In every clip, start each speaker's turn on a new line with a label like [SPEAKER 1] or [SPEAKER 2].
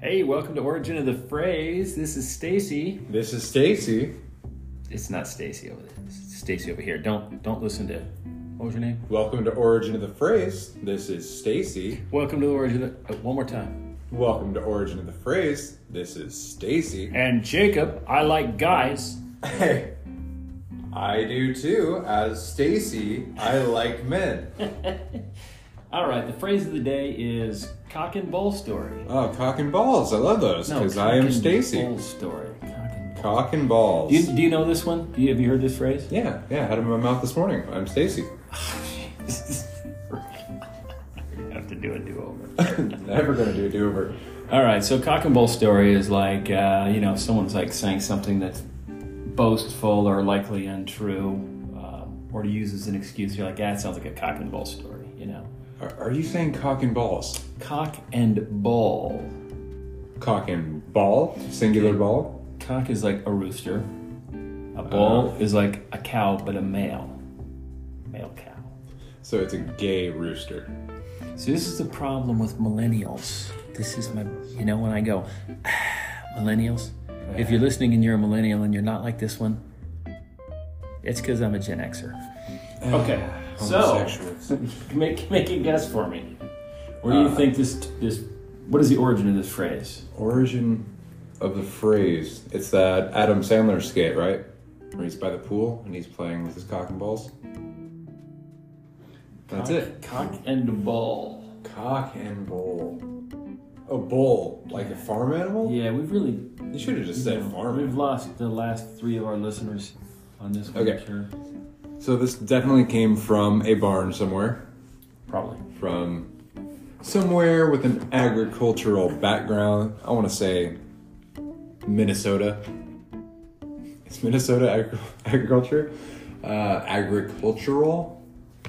[SPEAKER 1] Hey, welcome to Origin of the Phrase. This is Stacy.
[SPEAKER 2] This is Stacy.
[SPEAKER 1] It's not Stacy over there. It's Stacy over here. Don't don't listen to. What was your name?
[SPEAKER 2] Welcome to Origin of the Phrase. This is Stacy.
[SPEAKER 1] Welcome to the Origin. Of, oh, one more time.
[SPEAKER 2] Welcome to Origin of the Phrase. This is Stacy.
[SPEAKER 1] And Jacob, I like guys.
[SPEAKER 2] Hey. I do too. As Stacy, I like men.
[SPEAKER 1] All right. The phrase of the day is cock and bull story.
[SPEAKER 2] Oh, cock and balls. I love those because
[SPEAKER 1] cock
[SPEAKER 2] I am
[SPEAKER 1] and
[SPEAKER 2] Stacy.
[SPEAKER 1] Bull story. Cock and bull.
[SPEAKER 2] Cock and balls.
[SPEAKER 1] Do you, do you know this one? Do you, have you heard this phrase?
[SPEAKER 2] yeah, yeah. Out of my mouth this morning. I'm Stacy.
[SPEAKER 1] have to do a do over.
[SPEAKER 2] Never gonna do a do over.
[SPEAKER 1] All right, so cock and bull story is like uh, you know someone's like saying something that's boastful or likely untrue, uh, or to use as an excuse. You're like, ah, it sounds like a cock and bull story, you know.
[SPEAKER 2] Are, are you saying cock and balls?
[SPEAKER 1] Cock and bull.
[SPEAKER 2] Cock and ball? Singular ball?
[SPEAKER 1] Cock is like a rooster. A bull is like a cow, but a male, male cow.
[SPEAKER 2] So it's a gay rooster.
[SPEAKER 1] So this is the problem with millennials. This is my, you know, when I go, millennials. If you're listening and you're a millennial and you're not like this one, it's because I'm a Gen Xer. Okay, so
[SPEAKER 2] Homosexuals.
[SPEAKER 1] make make a guess for me. Where do you think this this what is the origin of this phrase?
[SPEAKER 2] origin of the phrase. It's that Adam Sandler skit, right? Where he's by the pool and he's playing with his cock and balls. That's it.
[SPEAKER 1] Cock and ball.
[SPEAKER 2] Cock and bull. A bull, like a farm animal?
[SPEAKER 1] Yeah, we've really
[SPEAKER 2] You should have just said farm.
[SPEAKER 1] we've
[SPEAKER 2] animal.
[SPEAKER 1] lost the last three of our listeners on this one.
[SPEAKER 2] Okay.
[SPEAKER 1] I'm sure.
[SPEAKER 2] So this definitely came from a barn somewhere,
[SPEAKER 1] Probably.
[SPEAKER 2] from somewhere with an agricultural background. I want to say Minnesota. Is Minnesota agri- agriculture? Uh, agricultural?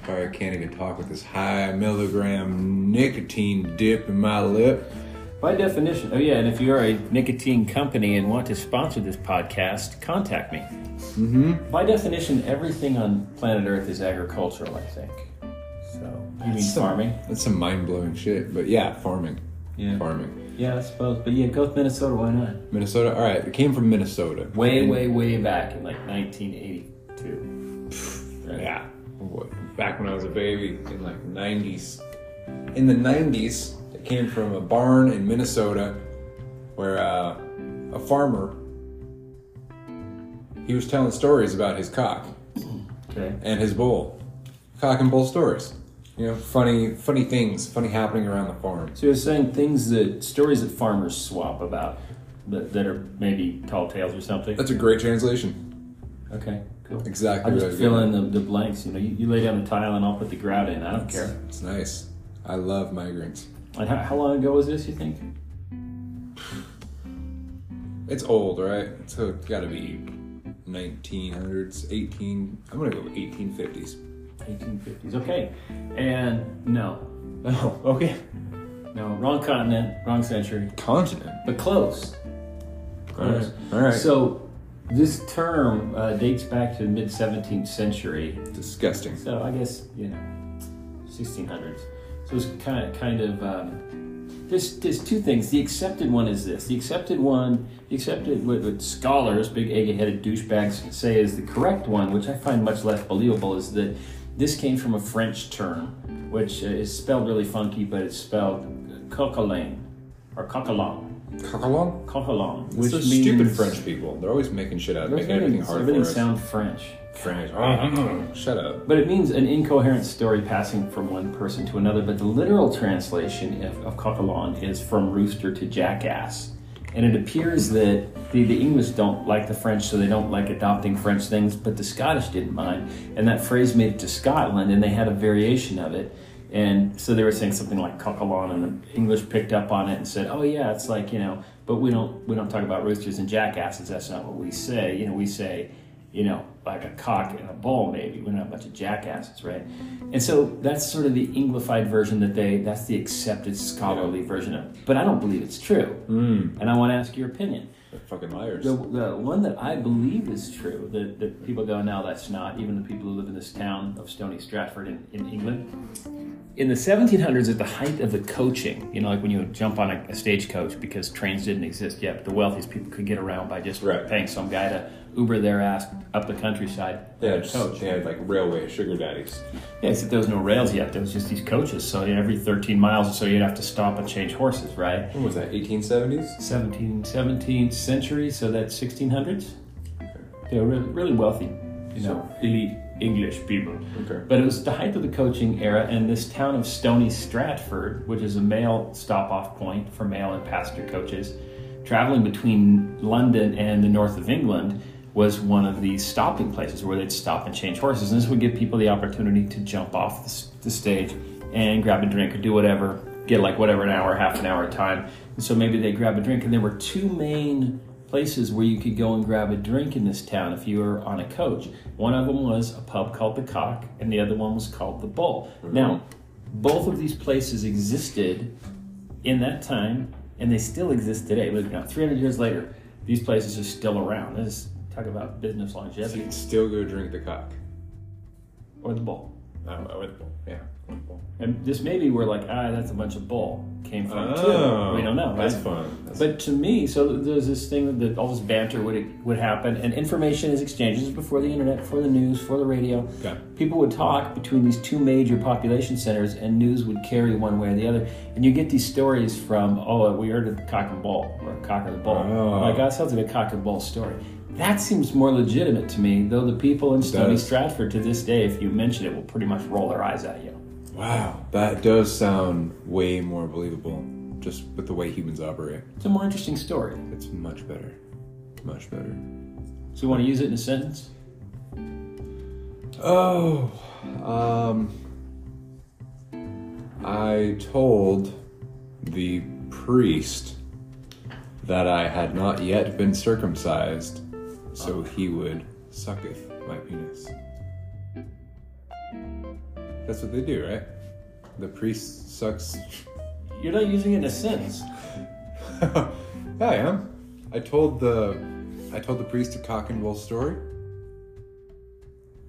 [SPEAKER 2] Sorry, I can't even talk with this high milligram nicotine dip in my lip.
[SPEAKER 1] By definition, oh yeah, and if you are a nicotine company and want to sponsor this podcast, contact me. Mm-hmm. By definition, everything on planet Earth is agricultural, I think. So you mean
[SPEAKER 2] some-
[SPEAKER 1] farming?
[SPEAKER 2] That's some mind blowing shit, but yeah, farming.
[SPEAKER 1] Yeah.
[SPEAKER 2] Farming.
[SPEAKER 1] Yeah, I suppose. But yeah, go with Minnesota. Why not?
[SPEAKER 2] Minnesota? Alright, it came from Minnesota.
[SPEAKER 1] Way,
[SPEAKER 2] And-
[SPEAKER 1] way, way back in like 1982. Right?
[SPEAKER 2] Yeah. What, back when I was a baby in like 90s. In the 90s, it came from a barn in Minnesota where uh, a farmer he was telling stories about his cock
[SPEAKER 1] Okay.
[SPEAKER 2] and his bull. Cock and bull stories. You know, funny funny things, funny happening around the farm.
[SPEAKER 1] So you're saying things that stories that farmers swap about that, that are maybe tall tales or something.
[SPEAKER 2] That's a great translation.
[SPEAKER 1] Okay. Cool.
[SPEAKER 2] Exactly.
[SPEAKER 1] I'll
[SPEAKER 2] what I was
[SPEAKER 1] just
[SPEAKER 2] getting
[SPEAKER 1] fill
[SPEAKER 2] at.
[SPEAKER 1] in the, the blanks. You know, you, you lay down the tile and I'll put the grout in. I don't care.
[SPEAKER 2] It's, it's nice. I love migrants.
[SPEAKER 1] And how, how long ago was this, you think?
[SPEAKER 2] It's old, right? So it's got to be 1900s, 18. I'm gonna go 1850s.
[SPEAKER 1] 1850s. Okay. And no.
[SPEAKER 2] Oh, okay.
[SPEAKER 1] No, wrong continent, wrong century,
[SPEAKER 2] Continent.
[SPEAKER 1] but close.
[SPEAKER 2] All right. All right.
[SPEAKER 1] So this term uh, dates back to the mid 17th century.
[SPEAKER 2] disgusting.
[SPEAKER 1] So I guess, you know, 1600s. So it's kind of, kind of, um, there's, there's two things. The accepted one is this. The accepted one, the accepted what, what scholars, big egg-headed douchebags, say is the correct one, which I find much less believable, is that this came from a French term, which uh, is spelled really funky, but it's spelled coquelin or coquelin,
[SPEAKER 2] Cock-a-long?
[SPEAKER 1] coquelin,
[SPEAKER 2] It's
[SPEAKER 1] which
[SPEAKER 2] those
[SPEAKER 1] means
[SPEAKER 2] stupid French people. They're always making shit up, making everything hard
[SPEAKER 1] everything
[SPEAKER 2] for us.
[SPEAKER 1] sound French.
[SPEAKER 2] French. Oh, shut up.
[SPEAKER 1] But it means an incoherent story passing from one person to another. But the literal translation of, of coquelin is from rooster to jackass. And it appears that the, the English don't like the French, so they don't like adopting French things, but the Scottish didn't mind. And that phrase made it to Scotland, and they had a variation of it. And so they were saying something like coquelin, and the English picked up on it and said, "Oh yeah, it's like you know." But we don't we don't talk about roosters and jackasses. That's not what we say. You know, we say, you know, like a cock and a bull. Maybe we're not a bunch of jackasses, right? And so that's sort of the Englified version that they that's the accepted scholarly version of. it. But I don't believe it's true, and I want to ask your opinion.
[SPEAKER 2] They're fucking liars.
[SPEAKER 1] The, the one that I believe is true, that, that people go, no, that's not, even the people who live in this town of Stony Stratford in, in England. In the 1700s, at the height of the coaching, you know, like when you would jump on a, a stagecoach because trains didn't exist yet, but the wealthiest people could get around by just
[SPEAKER 2] Right.
[SPEAKER 1] paying some guy to Uber their ass up the countryside.
[SPEAKER 2] They
[SPEAKER 1] with
[SPEAKER 2] had,
[SPEAKER 1] a coach.
[SPEAKER 2] they had like railway sugar daddies.
[SPEAKER 1] Yeah, except there was no rails yet. There was just these coaches. So every 13 miles or so, you'd have to stop and change horses, right?
[SPEAKER 2] When was that? 1870s?
[SPEAKER 1] 17, 17th century, so that's 1600s. They were really, really wealthy, you know, elite English people.
[SPEAKER 2] Okay.
[SPEAKER 1] But it was the height of the coaching era, and this town of Stony Stratford, which is a mail stop off point for mail and passenger coaches, traveling between London and the north of England, was one of these stopping places where they'd stop and change horses. And this would give people the opportunity to jump off the, s- the stage and grab a drink or do whatever, get like whatever an hour, half an hour time. And so maybe they grab a drink, and there were two main places where you could go and grab a drink in this town if you were on a coach. One of them was a pub called the Cock, and the other one was called the Bull.
[SPEAKER 2] Mm-hmm.
[SPEAKER 1] Now, both of these places existed in that time, and they still exist today. Look now, 300 years later, these places are still around. This is, talk about business
[SPEAKER 2] So you
[SPEAKER 1] longevity
[SPEAKER 2] can still go drink the cock.
[SPEAKER 1] or the Bull.
[SPEAKER 2] Oh, oh, with the bull. Yeah. with the bull.
[SPEAKER 1] And this maybe we're like, ah, that's a bunch of bull came from
[SPEAKER 2] Oh,
[SPEAKER 1] too. We don't know.
[SPEAKER 2] That's
[SPEAKER 1] right?
[SPEAKER 2] fun. That's
[SPEAKER 1] But to me, so there's this thing that all this banter would would happen, and information is exchanged. This is before the internet, before the news, before the radio.
[SPEAKER 2] Okay.
[SPEAKER 1] People would talk between these two major population centers, and news would carry one way or the other. And you get these stories from, oh, we heard of the cock and bull, or cock and the bull.
[SPEAKER 2] Oh.
[SPEAKER 1] Like that sounds like a cock and bull story. That seems more legitimate to me, though the people in Stony
[SPEAKER 2] does.
[SPEAKER 1] Stratford to this day, if you mention it, will pretty much roll their eyes at you.
[SPEAKER 2] Wow, that does sound way more believable just with the way humans operate.
[SPEAKER 1] It's a more interesting story.
[SPEAKER 2] It's much better. Much better.
[SPEAKER 1] So you want to use it in a sentence?
[SPEAKER 2] Oh, um, I told the priest that I had not yet been circumcised, so he would sucketh my penis. That's what they do, right? The priest sucks.
[SPEAKER 1] You're not using it in a sentence.
[SPEAKER 2] yeah, I am. I told the, I told the priest a cock and bull story.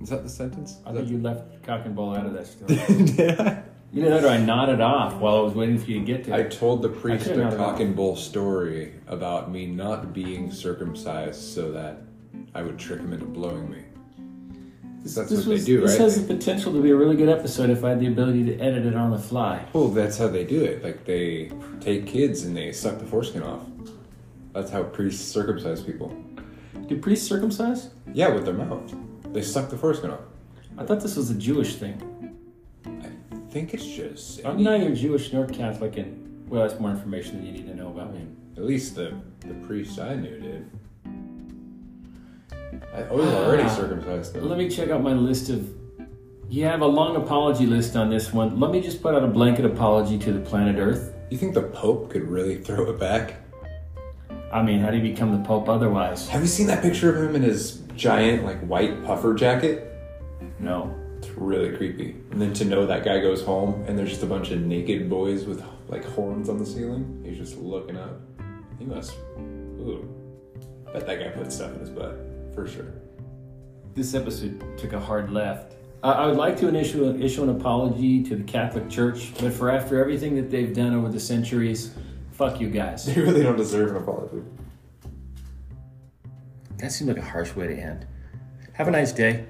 [SPEAKER 2] Is that the sentence?
[SPEAKER 1] I
[SPEAKER 2] Is that-
[SPEAKER 1] think you left cock and ball out of that story.
[SPEAKER 2] Did I?
[SPEAKER 1] Either that or I nodded off while I was waiting for you to get to
[SPEAKER 2] I
[SPEAKER 1] it.
[SPEAKER 2] told the priest
[SPEAKER 1] couldn't
[SPEAKER 2] a
[SPEAKER 1] have
[SPEAKER 2] cock
[SPEAKER 1] that.
[SPEAKER 2] and bull story about me not being circumcised so that I would trick him into blowing me. That's what they
[SPEAKER 1] was-
[SPEAKER 2] do,
[SPEAKER 1] This
[SPEAKER 2] right?
[SPEAKER 1] has the potential to be a really good episode if I had the ability to edit it on the fly.
[SPEAKER 2] Well, that's how they do it. Like they take kids and they suck the foreskin off. That's how priests circumcise people.
[SPEAKER 1] Do priests circumcise?
[SPEAKER 2] Yeah, with their mouth. They suck the foreskin off.
[SPEAKER 1] I thought this was a Jewish thing.
[SPEAKER 2] I think it's just at,
[SPEAKER 1] I'm neither Jewish nor Catholic, and well, that's more information than you need to know about me.
[SPEAKER 2] least the the priest I knew did. I was
[SPEAKER 1] Ah.
[SPEAKER 2] already circumcised though.
[SPEAKER 1] Let me check out my list of. You have a long apology list on this one. Let me just put out a blanket apology to the planet Earth.
[SPEAKER 2] You think the Pope could really throw it back?
[SPEAKER 1] I mean, how do you become the Pope otherwise?
[SPEAKER 2] Have you seen that picture of him in his giant, like, white puffer jacket?
[SPEAKER 1] No.
[SPEAKER 2] It's really creepy. And then to know that guy goes home and there's just a bunch of naked boys with, like, horns on the ceiling. He's just looking up. He must. Ooh. Bet that guy put stuff in his butt. For sure.
[SPEAKER 1] This episode took a hard left. I I would like to issue, issue an apology to the Catholic Church, but for after everything that they've done over the centuries, fuck you guys.
[SPEAKER 2] They really don't deserve an apology.
[SPEAKER 1] That seemed like a harsh way to end. Have a nice day.